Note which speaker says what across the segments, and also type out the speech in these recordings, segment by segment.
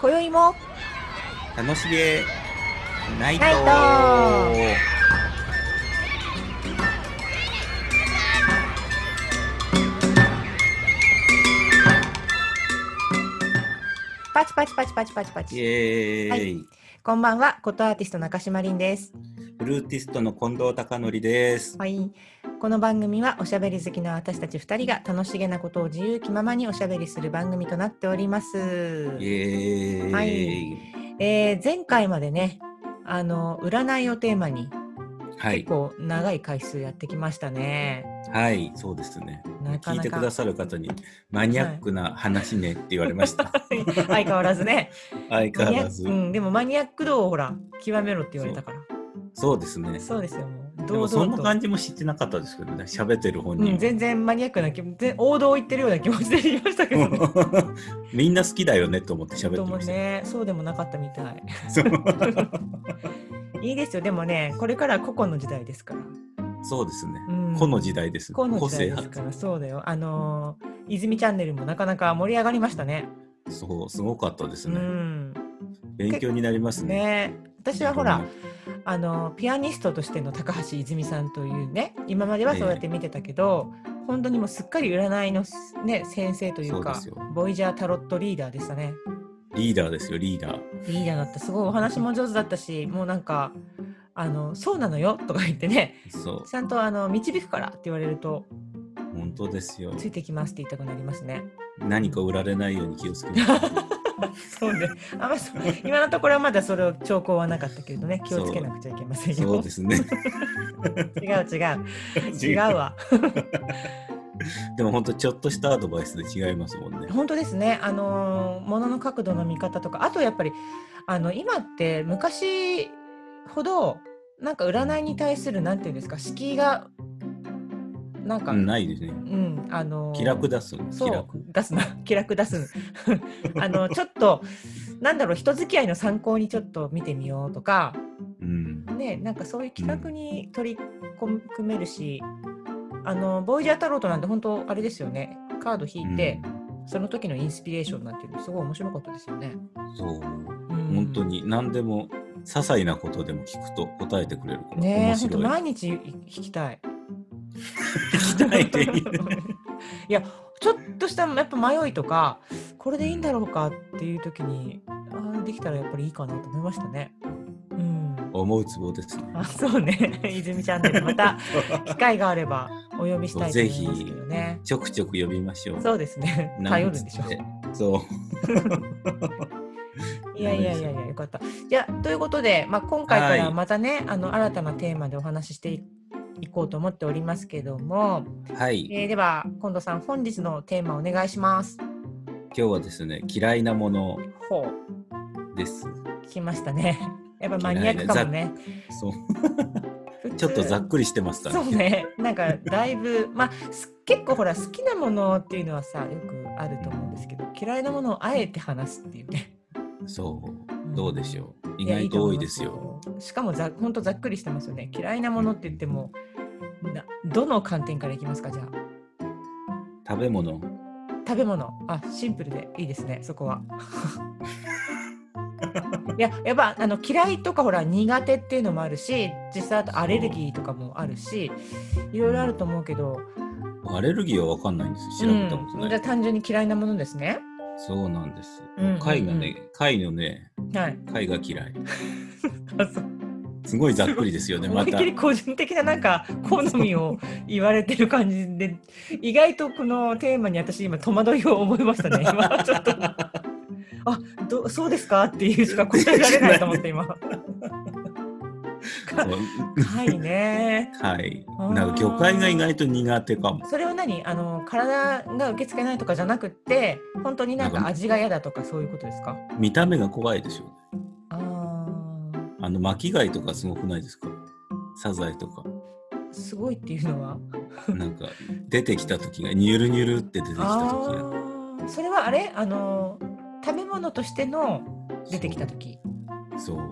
Speaker 1: 今宵も
Speaker 2: 楽しげナイト
Speaker 1: ナイトパチパチパチパチパチパ
Speaker 2: イ
Speaker 1: チ。
Speaker 2: エーイ、
Speaker 1: はいこんばんは、ことアーティスト中島凛です。
Speaker 2: フルーティストの近藤貴則です。
Speaker 1: はい。この番組はおしゃべり好きの私たち二人が楽しげなことを自由気ままにおしゃべりする番組となっております。
Speaker 2: イエーイ、
Speaker 1: はいえー前回までね、あの占いをテーマに
Speaker 2: は
Speaker 1: 結
Speaker 2: い、
Speaker 1: 構長い回数やってきましたね。
Speaker 2: はいそうですね
Speaker 1: なかなか
Speaker 2: 聞いてくださる方にマニアックな話ねって言われました。
Speaker 1: 相変わらずね。
Speaker 2: 相変わらず
Speaker 1: マニアック。うん、でもマニアック度をほら極めろって言われたから。
Speaker 2: そうですね。
Speaker 1: そうですよ。もう
Speaker 2: でも
Speaker 1: 堂
Speaker 2: そん
Speaker 1: 々
Speaker 2: な
Speaker 1: と。
Speaker 2: 感じも知ってなかったですけどね、喋ってる本
Speaker 1: う
Speaker 2: 人
Speaker 1: ん、
Speaker 2: も。
Speaker 1: 全然マニアックな気持ち、王道を言ってるような気持ちで言いましたけどね。
Speaker 2: みんな好きだよねと思って喋って
Speaker 1: とも
Speaker 2: ました。
Speaker 1: ね、そうでもなかったみたい。
Speaker 2: そう
Speaker 1: いいですよ、でもね、これから個々の時代ですから。
Speaker 2: そうですね。
Speaker 1: うん
Speaker 2: この時代ですね。
Speaker 1: 個の
Speaker 2: 個
Speaker 1: 時代
Speaker 2: 性
Speaker 1: です
Speaker 2: 発
Speaker 1: から、そうだよ。あのー、泉チャンネルもなかなか盛り上がりましたね。
Speaker 2: そう、すごかったです
Speaker 1: う
Speaker 2: ね。
Speaker 1: ん。
Speaker 2: 勉強になりますね。
Speaker 1: ね私はほら、あのピアニストとしての高橋泉さんというね今まではそうやって見てたけど、本当にもうすっかり占いのす、ね、先生というか
Speaker 2: そうですよ
Speaker 1: ボイジャータロットリーダーでしたね
Speaker 2: リーダーですよ、リーダー。
Speaker 1: リーダーだったすごいお話も上手だったしもうなんか「あのそうなのよ」とか言ってね
Speaker 2: そう、
Speaker 1: ちゃんとあの導くからって言われると
Speaker 2: 本当ですよ
Speaker 1: 「つ。いてきます」って言いたくなりますね。
Speaker 2: 何か売られないように気をつ けて。
Speaker 1: そうね、あまあそう今のところはまだそれを兆候はなかったけれどね気をつけなくちゃいけませんよ。
Speaker 2: そうですね。
Speaker 1: 違う違う違う。わ。
Speaker 2: でも本当ちょっとしたアドバイスで違いますもんね。
Speaker 1: 本当ですね、あのものの角度の見方とかあとやっぱりあの今って昔ほどなんか占いに対するなんていうんですか敷居がなんか、
Speaker 2: う
Speaker 1: うんん
Speaker 2: ないですね。
Speaker 1: あの
Speaker 2: 気楽出すの。気
Speaker 1: そう
Speaker 2: 楽。
Speaker 1: 出すな 気楽出 すあのちょっとなんだろう人付き合いの参考にちょっと見てみようとか
Speaker 2: うん。
Speaker 1: ねなんかそういう企画に取り組めるし、あのボイジャータロットなんて本当あれですよねカード引いて。その時のインスピレーションなんていうのすごい面白かったですよね。
Speaker 2: うんそう。
Speaker 1: うん
Speaker 2: 本当。に何でも些細なことでも聞くと答えてくれるから
Speaker 1: ねえ、本
Speaker 2: 面
Speaker 1: 当
Speaker 2: 白い。
Speaker 1: 毎日聞きたい。
Speaker 2: 聞きたいって 言う
Speaker 1: いや、ちょっとしたやっぱ迷いとか、これでいいんだろうかっていう時に、ああできたらやっぱりいいかなと思いましたね。うん。
Speaker 2: 思うツボですね。
Speaker 1: あ、そうね。 泉チャンネルまた機会があればお呼びしたいと思いますけどね。
Speaker 2: ちょくちょく呼びましょう。
Speaker 1: そうですね。
Speaker 2: なん
Speaker 1: 頼るんでしょ
Speaker 2: つって。そう。
Speaker 1: いやいやいやいや、よかった。じゃあ、ということで、まあ、今回からはまたね、あの新たなテーマでお話ししていいこうと思っておりますけども、
Speaker 2: はい。
Speaker 1: えーでは、近藤さん、本日のテーマお願いします。
Speaker 2: 今日はですね、嫌いなもの
Speaker 1: ほう、
Speaker 2: です。
Speaker 1: 聞きましたね。 やっぱマニアックかもね。
Speaker 2: そう。
Speaker 1: 普通
Speaker 2: ちょっとざっくりしてました
Speaker 1: そうね。なんか、だいぶ、 まあ、す結構ほら、好きなものっていうのはさ、よくあると思うんですけど、嫌いなものをあえて話すっていうね。
Speaker 2: そう。どうでし
Speaker 1: ょう
Speaker 2: ょう。意外と多いですよ。
Speaker 1: よ。しかもざ、本当ざっくりしてますよね。嫌いなものって言っても、などの観点からいきますか、じゃあ。
Speaker 2: 食べ物。
Speaker 1: 食べ物。あ、シンプルでいいですね、そこは。 いや、やっぱあの嫌いとかほら苦手っていうのもあるし、実際あとアレルギーとかもあるし、いろいろあると思うけど、
Speaker 2: アレルギーはわかんないんですよ。調べたこと
Speaker 1: うん
Speaker 2: な
Speaker 1: じゃあ
Speaker 2: い。
Speaker 1: 単純に嫌いなものですね。
Speaker 2: そうなんです
Speaker 1: うん。
Speaker 2: 貝がね、貝のね、
Speaker 1: はい。
Speaker 2: 貝が嫌い。
Speaker 1: あそう
Speaker 2: すごいざっくりです よね。
Speaker 1: 思
Speaker 2: ま
Speaker 1: いったき。り個人的ななんか好みを言われてる感じで意外とこのテーマに私今戸惑いを覚えましたね今ちょっとあどそうですかっていうしか答えられないと思って 今
Speaker 2: そう
Speaker 1: はいね
Speaker 2: はい
Speaker 1: あー。
Speaker 2: なんか魚介が意外と苦手かも。
Speaker 1: それは何あの体が受け付けないとかじゃなくって本当になん
Speaker 2: なん
Speaker 1: か
Speaker 2: か
Speaker 1: 味が嫌だとかそういうことですか
Speaker 2: 見た目が怖いでしょ。
Speaker 1: あー
Speaker 2: あの巻き貝とかすごくないですかサザエとか。
Speaker 1: すごいっていうのは
Speaker 2: なんか出てきた時がニュルニュルって出てきた時が
Speaker 1: あーそれはあれあの食べ物としての出てきた時
Speaker 2: そうそう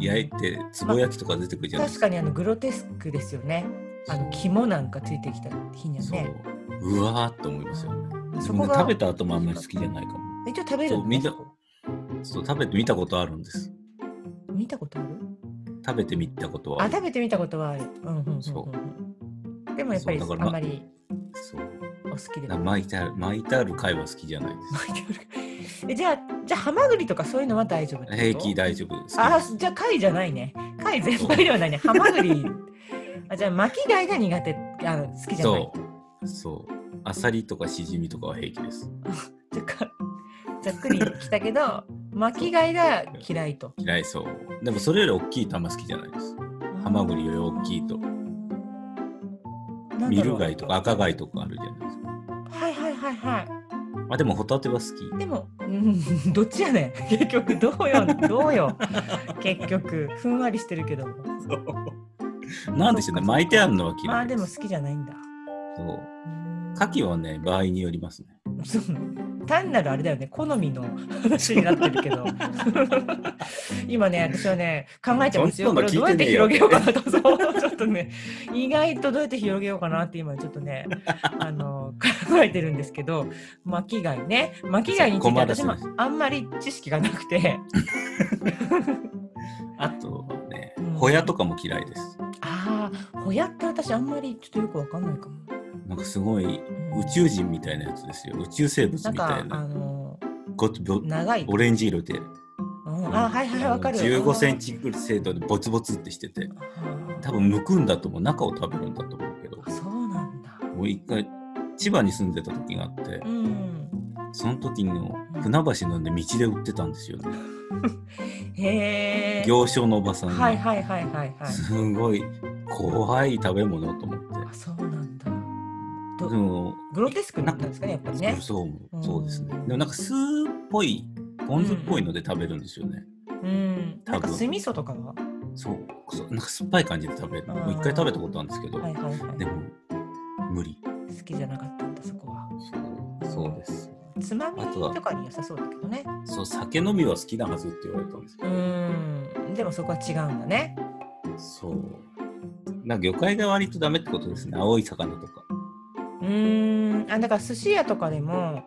Speaker 2: 焼いてつぼ焼きとか出てくるじゃない
Speaker 1: 確
Speaker 2: です
Speaker 1: か
Speaker 2: か。
Speaker 1: にあのグロテスクですよね。あの
Speaker 2: そう
Speaker 1: 肝なんかついてきた日には
Speaker 2: そう
Speaker 1: ね。
Speaker 2: うわーって思いますよね。
Speaker 1: そ
Speaker 2: 自
Speaker 1: こ
Speaker 2: 分が
Speaker 1: が
Speaker 2: 食べた後もあんまり好きじゃないかも。
Speaker 1: 一応食べる
Speaker 2: そうみんな
Speaker 1: そこ
Speaker 2: ちょっと食べてみたことあるんです。
Speaker 1: 見たことある
Speaker 2: 食べてみたことは
Speaker 1: あ
Speaker 2: ある。
Speaker 1: 食べてみたことはある。うんうんうんうんうん
Speaker 2: そ
Speaker 1: でもやっぱりあ
Speaker 2: そうだ
Speaker 1: ん
Speaker 2: から
Speaker 1: まり
Speaker 2: そう。
Speaker 1: お好きで
Speaker 2: だ
Speaker 1: はない
Speaker 2: 巻いてある、巻いてある回は好きじゃないです。
Speaker 1: え じゃあ、じゃあ、ハマグリとかそういうのは大丈夫ってこと
Speaker 2: 平気大丈夫です。
Speaker 1: あーじゃあ貝じゃないね。貝全般ではないね。ハマグリ。あじゃあ巻き貝が苦手あの好きじゃない。
Speaker 2: そう。そう。アサリとかシジミとかは平気です。
Speaker 1: じゃあかざっくり来たけど巻き貝が嫌いと。
Speaker 2: 嫌いそう。でもそれより大きいとあんま好きじゃないです。ハマグリより大きいと。ミル貝とか赤貝とかあるじゃないですか。
Speaker 1: はいはいはいは
Speaker 2: あ、でもホタテは好き。
Speaker 1: い。でも、うん、どっちやねん。 結局どうよどうよ。結局ふんわりしてるけど。
Speaker 2: なんでしょうね。巻いてあるのは
Speaker 1: ま
Speaker 2: 嫌
Speaker 1: あ
Speaker 2: い
Speaker 1: ですも好きじゃないんだ。
Speaker 2: そう。牡蠣はね、場合によりますね。
Speaker 1: そう 単なるあれだよね好みの話になってるけ ど今ね私はね考えちゃうんですよ
Speaker 2: そん
Speaker 1: こ
Speaker 2: な
Speaker 1: れ
Speaker 2: の
Speaker 1: どうやって広げようか
Speaker 2: 聞
Speaker 1: なと そうちょっとね意外とどうやって広げようかなって今ちょっとねあ の考えてるんですけど巻き貝ね巻き貝について私も
Speaker 2: 困らせ
Speaker 1: あんまり知識がなくて
Speaker 2: あとはね
Speaker 1: うん、
Speaker 2: ホヤとかも嫌いです。
Speaker 1: ああほやって私あんまりちょっとよくわかんないかも、
Speaker 2: なんかすごい
Speaker 1: うん
Speaker 2: 宇宙人みたいなやつですよ。宇宙生物
Speaker 1: なん
Speaker 2: みた
Speaker 1: か
Speaker 2: い
Speaker 1: あ
Speaker 2: な。
Speaker 1: の
Speaker 2: ごつぼ
Speaker 1: 長い、
Speaker 2: オレンジ色で。
Speaker 1: うん、あはいはいはいわかる
Speaker 2: 15センチぐらい程度でボツボツってしてて。
Speaker 1: あ
Speaker 2: 多分むくんだと思う。中を食べるんだと思うけど
Speaker 1: ー。そうなんだ
Speaker 2: もう一回、千葉に住んでた時があって
Speaker 1: う、ん
Speaker 2: その時の船橋なんで道で売ってたんですよね。
Speaker 1: へえ。
Speaker 2: 行商のおばさん
Speaker 1: はい
Speaker 2: が。
Speaker 1: はいはいはいはい。
Speaker 2: すごい怖い食べ物と思っ
Speaker 1: あ
Speaker 2: て。
Speaker 1: そうなんだ。ど
Speaker 2: でも、
Speaker 1: グロテスクになったんですかねやっぱりね。
Speaker 2: そううんそうですね。でもなんか酢っぽい、ポン酢っぽいので食べるんですよね。
Speaker 1: うん。なんか
Speaker 2: 多分
Speaker 1: 酢味噌とかは。
Speaker 2: そうそう、なんか酸っぱい感じで食べる。
Speaker 1: あー
Speaker 2: もう一回食べたことあるんですけど、
Speaker 1: はいはいはい。
Speaker 2: でも無理。
Speaker 1: 好きじゃなかったんだそこは。
Speaker 2: そうそうです。
Speaker 1: つまみ
Speaker 2: あとは
Speaker 1: とかに良さそうだけどね。
Speaker 2: そう、酒飲みは好きなはずって言われたんですけ
Speaker 1: う
Speaker 2: ど、
Speaker 1: ん。でもそこは違うんだね。
Speaker 2: そう。なんか魚介が割とダメってことですね。青い魚とか。
Speaker 1: うん。あだから寿司屋とかでも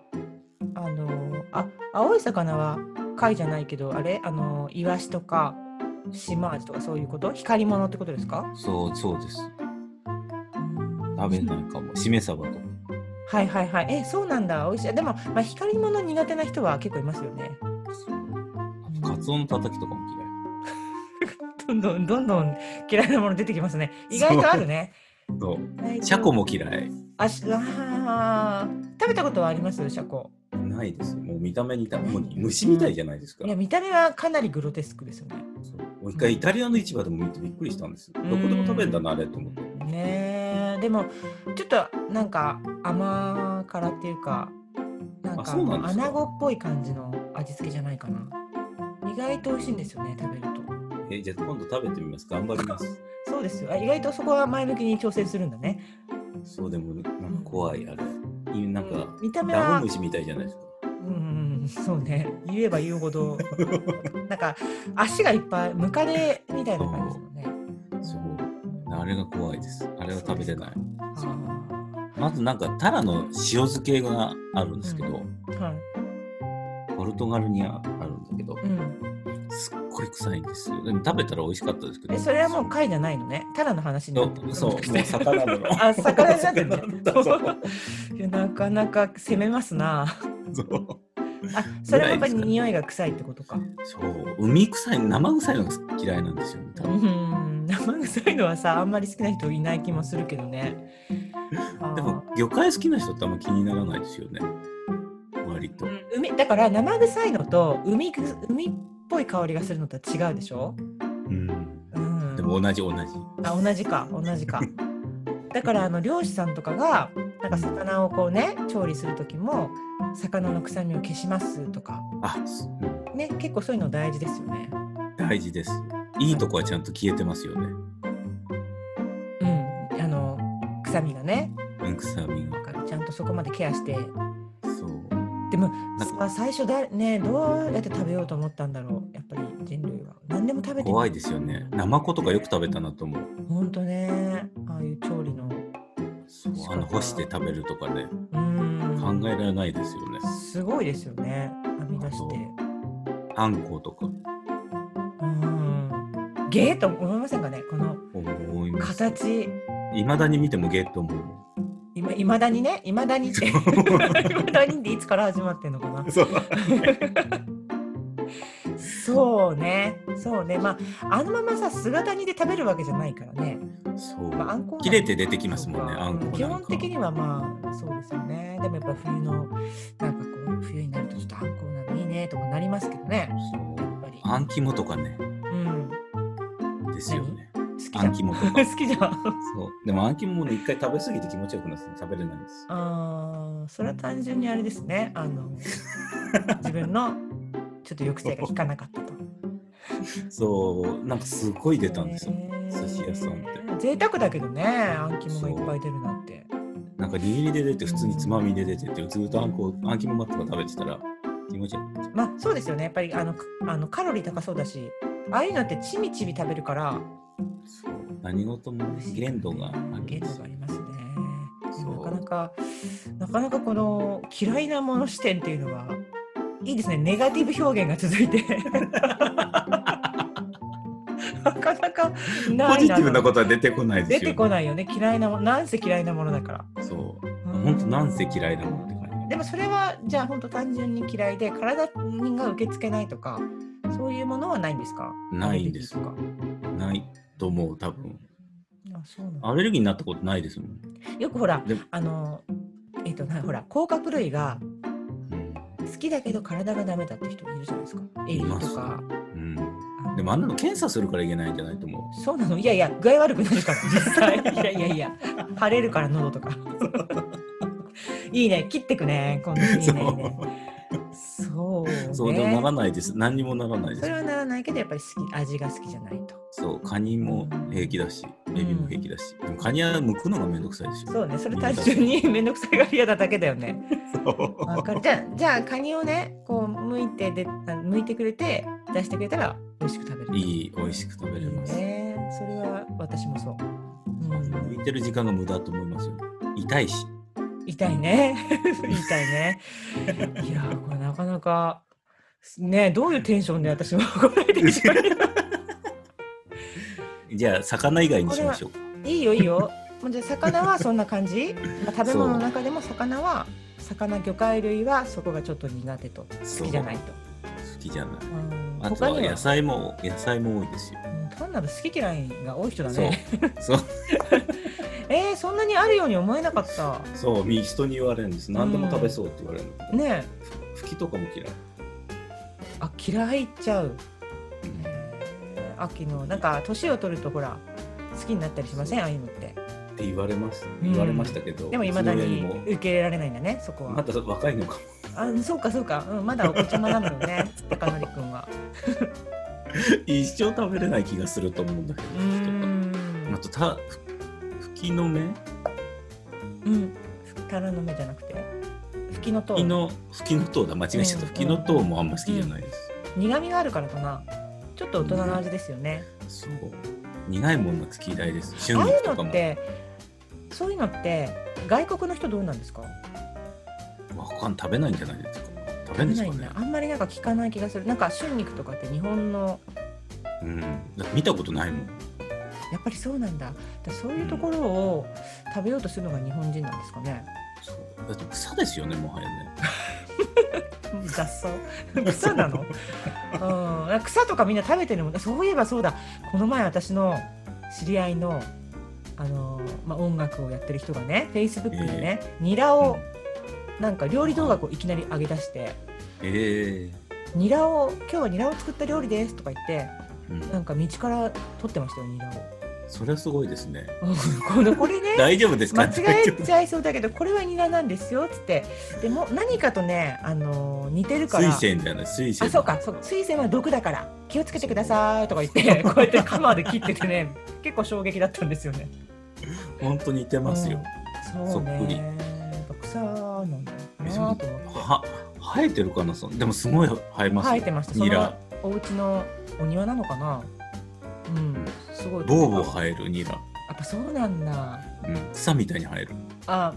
Speaker 1: あのあ青い魚は貝じゃないけどあれあのイワシとか。シマアジとかそういうこと光り物ってことですか
Speaker 2: そう、そうです。食べないかも。しめ鯖とか。
Speaker 1: はいはいはい。え、そうなんだ。美味しい。でも、まあ、光り物苦手な人は結構いますよね。
Speaker 2: そうあと、カツオのたたきとかも嫌い。
Speaker 1: どんどんどんどん嫌いなもの出てきますね。意外とあるね。
Speaker 2: そう。
Speaker 1: 意外と
Speaker 2: シャコ。も嫌い。
Speaker 1: あし、あー食べたことはありますシャコ。
Speaker 2: ないです。もう見た目にた、もう虫みたいじゃないですか。
Speaker 1: いや、見た目はかなりグロテスクですよね。
Speaker 2: そうもう一回イタリアの市場でも見てびっくりしたんです。どこでも食べるんだな、あれと思って。
Speaker 1: ねえ、でも、ちょっとなんか甘辛っていうか、なん
Speaker 2: あ
Speaker 1: か
Speaker 2: そうなんで
Speaker 1: ア
Speaker 2: すか
Speaker 1: ナゴっぽい感じの味付けじゃないかな。意外と美味しいんですよね、食べると。
Speaker 2: えじゃあ今度食べてみます。頑張ります。
Speaker 1: そうですよ。あ意外とそこは前向きに挑戦するんだね。
Speaker 2: そうでも、なんか怖い、あれ。いうなんか、
Speaker 1: 見た目
Speaker 2: ダ
Speaker 1: は
Speaker 2: ム虫みたいじゃないですか。
Speaker 1: うんうん、そうね。言えば言うほ ど、なんか足がいっぱい、ムカデみたいな感じですもんね。
Speaker 2: そう。あれが怖いです。あれは食べれない。
Speaker 1: あ
Speaker 2: まずなんか、タラの塩漬けがあるんですけど、
Speaker 1: ーはい。
Speaker 2: ポルトガルにあるんだけど、
Speaker 1: うん。
Speaker 2: すっごい臭いんですよ。でも食べたら美味しかったですけど。
Speaker 1: え、それはもう貝じゃないのね。タラの話になって
Speaker 2: そう、そう、もう魚なの。
Speaker 1: あ、魚になってるね
Speaker 2: 魚だそう。
Speaker 1: いやなかなか攻めますな。
Speaker 2: そう。
Speaker 1: あ、それはやっぱり匂いが臭いってことか。
Speaker 2: そう、海臭い、生臭いのが嫌いなんですよね。多
Speaker 1: う
Speaker 2: 分
Speaker 1: ん、生臭いのはさ、あんまり好きな人いない気もするけどね。あー
Speaker 2: でも、魚介好きな人ってあんま気にならないですよね。割と。
Speaker 1: 海だから生臭いのと海ぐ海っぽい香りがするのとは違うでしょ、
Speaker 2: うん。
Speaker 1: うん、
Speaker 2: でも同じ同じ。
Speaker 1: あ同じか同じ かだからあの漁師さんとかがなんか魚をこうね調理する時も魚の臭みを消しますとか
Speaker 2: あ、すうん
Speaker 1: ね結構そういうの大事ですよね
Speaker 2: 大事です。いいとこはちゃんと消えてますよね。
Speaker 1: うんあの臭みがね
Speaker 2: うん、臭みが。
Speaker 1: だからちゃんとそこまでケアして
Speaker 2: そう。
Speaker 1: でも
Speaker 2: なん
Speaker 1: さ
Speaker 2: か
Speaker 1: 最初だねどうやって食べようと思ったんだろうやっぱり人類は何でも食べてみ
Speaker 2: 怖いですよね。ナマコとかよく食べたなと思う。
Speaker 1: ほんとねああいう調理の
Speaker 2: そう
Speaker 1: そうか
Speaker 2: あの干して食べるとかね、
Speaker 1: うん
Speaker 2: 考えられないですよね。
Speaker 1: すごいですよね。編み出して。
Speaker 2: あんことか
Speaker 1: うん。ゲーと思いませんかねこの
Speaker 2: 思います。
Speaker 1: 形。
Speaker 2: いまだに見てもゲーと思
Speaker 1: いま未だにね、いまだに って、いまだにっていつから始まってんのかな
Speaker 2: う。。そう。
Speaker 1: そうね、そうね、まあ、あのままさ、姿煮で食べるわけじゃないからね。
Speaker 2: そう。
Speaker 1: まあ、あんこ。
Speaker 2: 切れて出てきますもんね、
Speaker 1: そうか
Speaker 2: あんこなんか。
Speaker 1: 基本的には、まあ、そうですよね。でも、やっぱ冬の、なんかこう、冬になると、ちょっとあんこうなのいいねとかなりますけどね。
Speaker 2: そう
Speaker 1: やっぱり。
Speaker 2: あん肝とかね、
Speaker 1: うん。
Speaker 2: ですよね。
Speaker 1: 好きじゃ
Speaker 2: あん
Speaker 1: ん。
Speaker 2: 肝と か。
Speaker 1: 好きじゃん。
Speaker 2: そう。でもあん肝もね、一回食べ過ぎて気持ちよくなって食べれないんです。
Speaker 1: ああ、それは単純にあれですね。あ の。自分の。ちょっと抑制が効かなかったと。。
Speaker 2: そう、なんかすごい出たんですよ。寿司屋さんって
Speaker 1: 贅沢だけどね、あん肝がいっぱい出るなんて。
Speaker 2: なんか握りで出て、普通につまみで出てって、ずっとあんこ、あん肝マットが食べてたら気持ちよくなっちゃう。
Speaker 1: まあそうですよね。やっぱりあのかあのカロリー高そうだし、ああいうのってちびちび食べるから
Speaker 2: そう。何事も限度があるん
Speaker 1: 限
Speaker 2: で
Speaker 1: 度
Speaker 2: す
Speaker 1: が
Speaker 2: よ
Speaker 1: あ。りますね。
Speaker 2: そう
Speaker 1: なかなかなかなかこの嫌いなもの視点っていうのがいいですね。ネガティブ表現が続い て。なかなかない
Speaker 2: ポジティブなことは出てこないで
Speaker 1: 出
Speaker 2: すよ、ね。
Speaker 1: てこないよね。嫌いなもの、なんせ嫌いなものだから。
Speaker 2: そう。
Speaker 1: うん
Speaker 2: 本当なんせ嫌いだもんって感
Speaker 1: でもそれはじゃあ本当単純に嫌いで体が受け付けないとかそういうものはないんですか
Speaker 2: じ。ないんです
Speaker 1: アレルギー
Speaker 2: よ。ないと思う、多分。
Speaker 1: とかあそうなんだ
Speaker 2: アレルギーになったことないですもん。
Speaker 1: よくほら
Speaker 2: でも
Speaker 1: あのえっ、となほら甲殻類が
Speaker 2: うん
Speaker 1: 好きだけど体がダメだって人いるじゃないですかエイリとか
Speaker 2: うん。
Speaker 1: あの
Speaker 2: でもあんなの検査するからいけないんじゃないと思。
Speaker 1: そうなのいやいや具合悪くなるから 実際いやいやいや腫れるから喉とか いいね切ってくねこんないうい
Speaker 2: そ
Speaker 1: ねいいね
Speaker 2: う。
Speaker 1: そうね
Speaker 2: そうでもならないです。何にもならない
Speaker 1: そ
Speaker 2: で
Speaker 1: れ
Speaker 2: す。
Speaker 1: はならないけどやっぱり好き味が好きじゃないと
Speaker 2: そう、カニも平気だし、エビも平気だし。でもカニは剥くのがめんどくさいでしょ。
Speaker 1: そうね、それ単純に 面倒くさいが嫌なだけだよね。わかる。じゃあ、じゃあカニをね、こう剥いてで、あ剥いてくれて、出してくれたら、美味しく食べれる。
Speaker 2: いい、美味しく食べれます。
Speaker 1: ね。それは私もそう。う
Speaker 2: 剥
Speaker 1: ん、
Speaker 2: いてる時間が無駄と思いますよ。痛いし。
Speaker 1: 痛いね。 痛いね。いやー、これなかなか。ね、どういうテンションで私もこれでしまう
Speaker 2: じゃあ、魚以外にしましょうか。
Speaker 1: いいよいいよ。もうじゃあ魚はそんな感じまあ食べ物の中でも魚は魚魚介類はそこがちょっと苦手と好きじゃないと。
Speaker 2: 好きじゃない。
Speaker 1: うん
Speaker 2: あと
Speaker 1: 他
Speaker 2: は
Speaker 1: には
Speaker 2: 野菜も野菜も多いですよ。
Speaker 1: うん単なる好き嫌いが多い人だ
Speaker 2: そう
Speaker 1: ね。
Speaker 2: そう
Speaker 1: えー、そんなにあるように思えなかった。
Speaker 2: そうみ人に言われるんです。何でも食べそうって言われるの。
Speaker 1: ね
Speaker 2: ふきとかも嫌い。
Speaker 1: え、あ嫌いっちゃう。えー秋のなんか年を取るとほら好きになったりしませんああいうのって。
Speaker 2: って言われます
Speaker 1: うん
Speaker 2: 言われましたけど。
Speaker 1: でもいまだ
Speaker 2: うちの
Speaker 1: に
Speaker 2: 親も
Speaker 1: 受け入れられないんだねそこ
Speaker 2: ま
Speaker 1: は。
Speaker 2: だ若いのかも。
Speaker 1: あそうかそうか、うん、まだお子ちゃまなのよ ね高典くんは。
Speaker 2: 一生食べれない気がすると思うんだけど。
Speaker 1: う
Speaker 2: ふきとか
Speaker 1: ー
Speaker 2: あとたふふきの芽
Speaker 1: ん。うん。タラの芽じゃなくて。フキノト
Speaker 2: ふきのふきの糖だ間違えちゃった。
Speaker 1: うん
Speaker 2: ふきの糖もあんま好きじゃないです。
Speaker 1: 苦味があるからかなちょっと大人の味ですよね、
Speaker 2: そう苦いものが好き嫌いです。
Speaker 1: あ
Speaker 2: 春
Speaker 1: あい
Speaker 2: 菊
Speaker 1: う
Speaker 2: とか
Speaker 1: のっ
Speaker 2: も
Speaker 1: てそういうのって外国の人どうなんですか
Speaker 2: わかん食べないんじゃないですか。食べ
Speaker 1: 食べ
Speaker 2: るんです
Speaker 1: ない
Speaker 2: か
Speaker 1: ん
Speaker 2: ね
Speaker 1: だ。あんまりなんか聞かない気がするなんか春肉とかって日本の
Speaker 2: うん。だって見たことないもん。
Speaker 1: やっぱりそうなんだだからそういうところを食べようとするのが日本人なんですかね
Speaker 2: そうだって草ですよねもはやね
Speaker 1: 雑草草 な のうん草とかみんな食べてるもんそういえばそうだこの前私の知り合いのあのー、まあ、音楽をやってる人がねフェイスブックでね、ニラをなんか料理動画をいきなり上げ出して
Speaker 2: え
Speaker 1: 「ニラを今日はニラを作った料理です」とか言って
Speaker 2: えうん
Speaker 1: なんか道から取ってましたよ ニラを。
Speaker 2: それはすごいですね
Speaker 1: うんこのこれね
Speaker 2: 大丈夫ですか
Speaker 1: 間違
Speaker 2: 大
Speaker 1: え
Speaker 2: 丈夫
Speaker 1: ちゃいそうだけどこれはニラなんですよっつってでも何かとね、あのー似てるから
Speaker 2: 水仙じゃない水仙
Speaker 1: あそうかそうか水仙は毒だから気をつけてくださいとか言って こうやってカマーで切っててね結構衝撃だったんですよね。
Speaker 2: 本当に似てますよ、
Speaker 1: うんそうね
Speaker 2: そっくり
Speaker 1: やっぱ草なんだなと思って
Speaker 2: は生えてるかなそんでもすごい生えますよ
Speaker 1: 生えてましたそ
Speaker 2: ニラ
Speaker 1: のお家のお庭なのかなうんすごい
Speaker 2: ボーボ
Speaker 1: や
Speaker 2: ー生えるニラ、
Speaker 1: っぱそうなんだ
Speaker 2: うん、草みたいに生える
Speaker 1: あ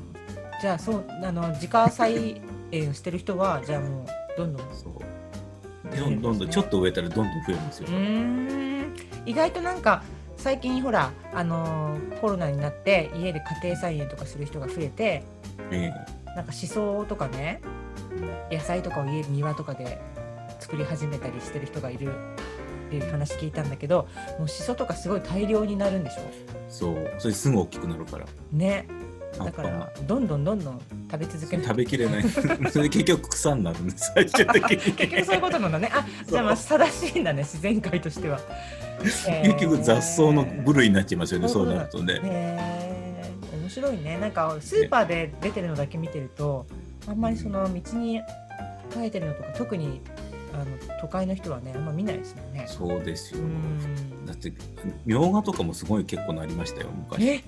Speaker 1: じゃあそうあの自家栽園してる人はじゃあもうどんどん
Speaker 2: そうどんどんどんちょっと植えたらどんどん増えるんですよ
Speaker 1: う。ーん意外となんか最近ほらあのーコロナになって家で家庭菜園とかする人が増えて
Speaker 2: え
Speaker 1: なんかしそとかね野菜とかを家庭とかで作り始めたりしてる人がいるっていう話聞いたんだけどもうしそとかすごい大量になるんでしょ
Speaker 2: えそうそれすぐ大きくなるから
Speaker 1: ね
Speaker 2: 葉
Speaker 1: だ
Speaker 2: っ
Speaker 1: か
Speaker 2: ぱが
Speaker 1: らどんどんどんどん食べ続ける
Speaker 2: 食べきれない それ結局草に なるんです最終的に
Speaker 1: 結局そういうことなんだねあ
Speaker 2: そう
Speaker 1: じゃあまあ正しいんだね自然界として は
Speaker 2: 結局雑草の部類になっちゃいますよね、
Speaker 1: そ
Speaker 2: そうう
Speaker 1: いうこと
Speaker 2: な
Speaker 1: だ
Speaker 2: るとね。
Speaker 1: へえ面白いねなんかスーパーで出てるのだけ見てるとあんまりその道に生えてるのとか特にあの都会の人はねあんま見ないですもんね
Speaker 2: そうですよ
Speaker 1: う。ん
Speaker 2: だって、みょうがとかもすごい結構なりましたよ、昔。
Speaker 1: え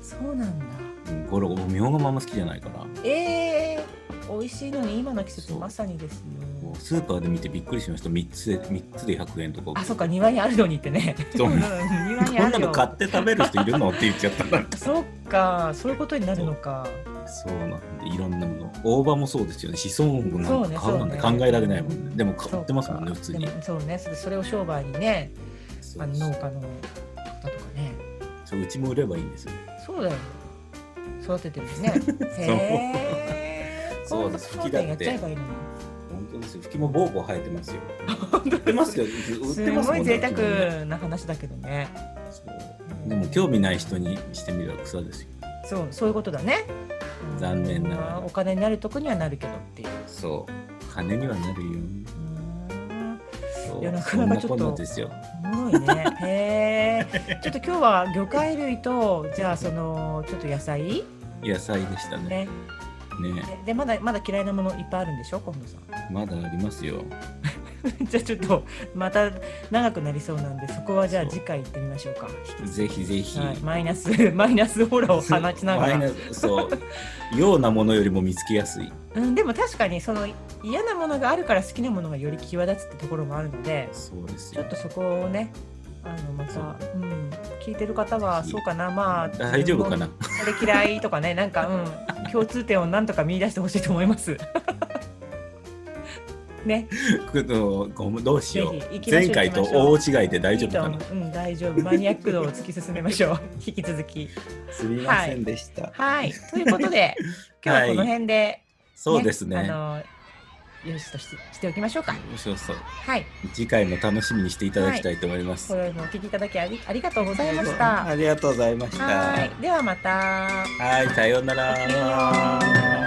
Speaker 1: そうなんだ
Speaker 2: うんゴロゴロ、みょうがもあんま好きじゃないから。
Speaker 1: えー、美味しいのに今の季節
Speaker 2: そう
Speaker 1: まさにですよ
Speaker 2: もうスーパーで見てびっくりしました。3つで、三つで100円とか。
Speaker 1: あそっか庭にあるのにってね
Speaker 2: そう
Speaker 1: うん 庭に
Speaker 2: こ
Speaker 1: あ
Speaker 2: んな
Speaker 1: る
Speaker 2: の
Speaker 1: よ
Speaker 2: 買って食べる人いるのって言っちゃった な
Speaker 1: そっかそういうことになるのか
Speaker 2: そうなんでいろんなもの大葉もそうですよね子孫もな
Speaker 1: そうんね
Speaker 2: か買うなんて考
Speaker 1: そうね
Speaker 2: えられないもんねでも
Speaker 1: そ
Speaker 2: 買
Speaker 1: う
Speaker 2: ってますもんね
Speaker 1: か
Speaker 2: 普通に
Speaker 1: でもそうねそれそれを商売にね
Speaker 2: そう
Speaker 1: あの農家の方とかね
Speaker 2: そううちも売ればいいんですよね
Speaker 1: そうだよ。育ててるし ね。へえ。
Speaker 2: そうです
Speaker 1: そうだやっちゃえばいいのに。
Speaker 2: 本当ですよ吹きもボーボー生えてますよ
Speaker 1: 本
Speaker 2: 売ってますよ売ってます
Speaker 1: すご
Speaker 2: もん
Speaker 1: い
Speaker 2: ね
Speaker 1: 贅沢な話だけどね。
Speaker 2: そうでも興味ない人にしてみれば草ですよ
Speaker 1: そうそういうことだね。
Speaker 2: 残念ながら
Speaker 1: お金になるとこにはなるけどっていう。
Speaker 2: そう金にはなるよそう
Speaker 1: いやなか
Speaker 2: そ
Speaker 1: なんか
Speaker 2: な
Speaker 1: ちょ
Speaker 2: こ
Speaker 1: っ
Speaker 2: んな
Speaker 1: と
Speaker 2: ですよ
Speaker 1: おもろい ね。へえ。ちょっと今日は魚介類とじゃあそのちょっと野菜
Speaker 2: 野菜でしたね
Speaker 1: ね。
Speaker 2: ね
Speaker 1: でまだまだ嫌いなものいっぱいあるんでしょ今度さん。
Speaker 2: まだありますよ
Speaker 1: じゃあちょっとまた長くなりそうなんでそこはじゃあ
Speaker 2: そう
Speaker 1: 次回行ってみましょうか。
Speaker 2: ぜひぜひ、
Speaker 1: はい、マイナス マイナスオーラを放ちなが
Speaker 2: マイ
Speaker 1: ら、
Speaker 2: ナスそうようなものよりも見つけやすい
Speaker 1: うん、でも確かにその嫌なものがあるから好きなものがより際立つってところもあるので
Speaker 2: そうです
Speaker 1: ちょ
Speaker 2: よ
Speaker 1: っとそこをねあのま
Speaker 2: そ
Speaker 1: た
Speaker 2: う、
Speaker 1: うん、聞いてる方は
Speaker 2: ぜひ
Speaker 1: そうかなまあ
Speaker 2: 大丈夫かな
Speaker 1: 自分もこれ嫌いとかねなんか、うん、共通点をなんとか見出してほしいと思います。 ね、
Speaker 2: ごめんどうしよ
Speaker 1: ぜひ行
Speaker 2: う
Speaker 1: きましょう
Speaker 2: 前回と大違いで大丈夫か
Speaker 1: い
Speaker 2: ない
Speaker 1: と思ううん、大丈夫。マニアック度を突き進めま しょう。引き続き。
Speaker 2: すみませんでした、
Speaker 1: はい、ということ で、今日はこの辺で、
Speaker 2: そうですね
Speaker 1: あのよしとししておきましょうか。
Speaker 2: そうそう
Speaker 1: はい、
Speaker 2: 次回も楽しみにしていただきたいと思います、
Speaker 1: 今宵もお聞きいただきありありがとうございました。
Speaker 2: ありがとうございました
Speaker 1: はい、ではまた。
Speaker 2: はいさようなら
Speaker 1: ごきげんよう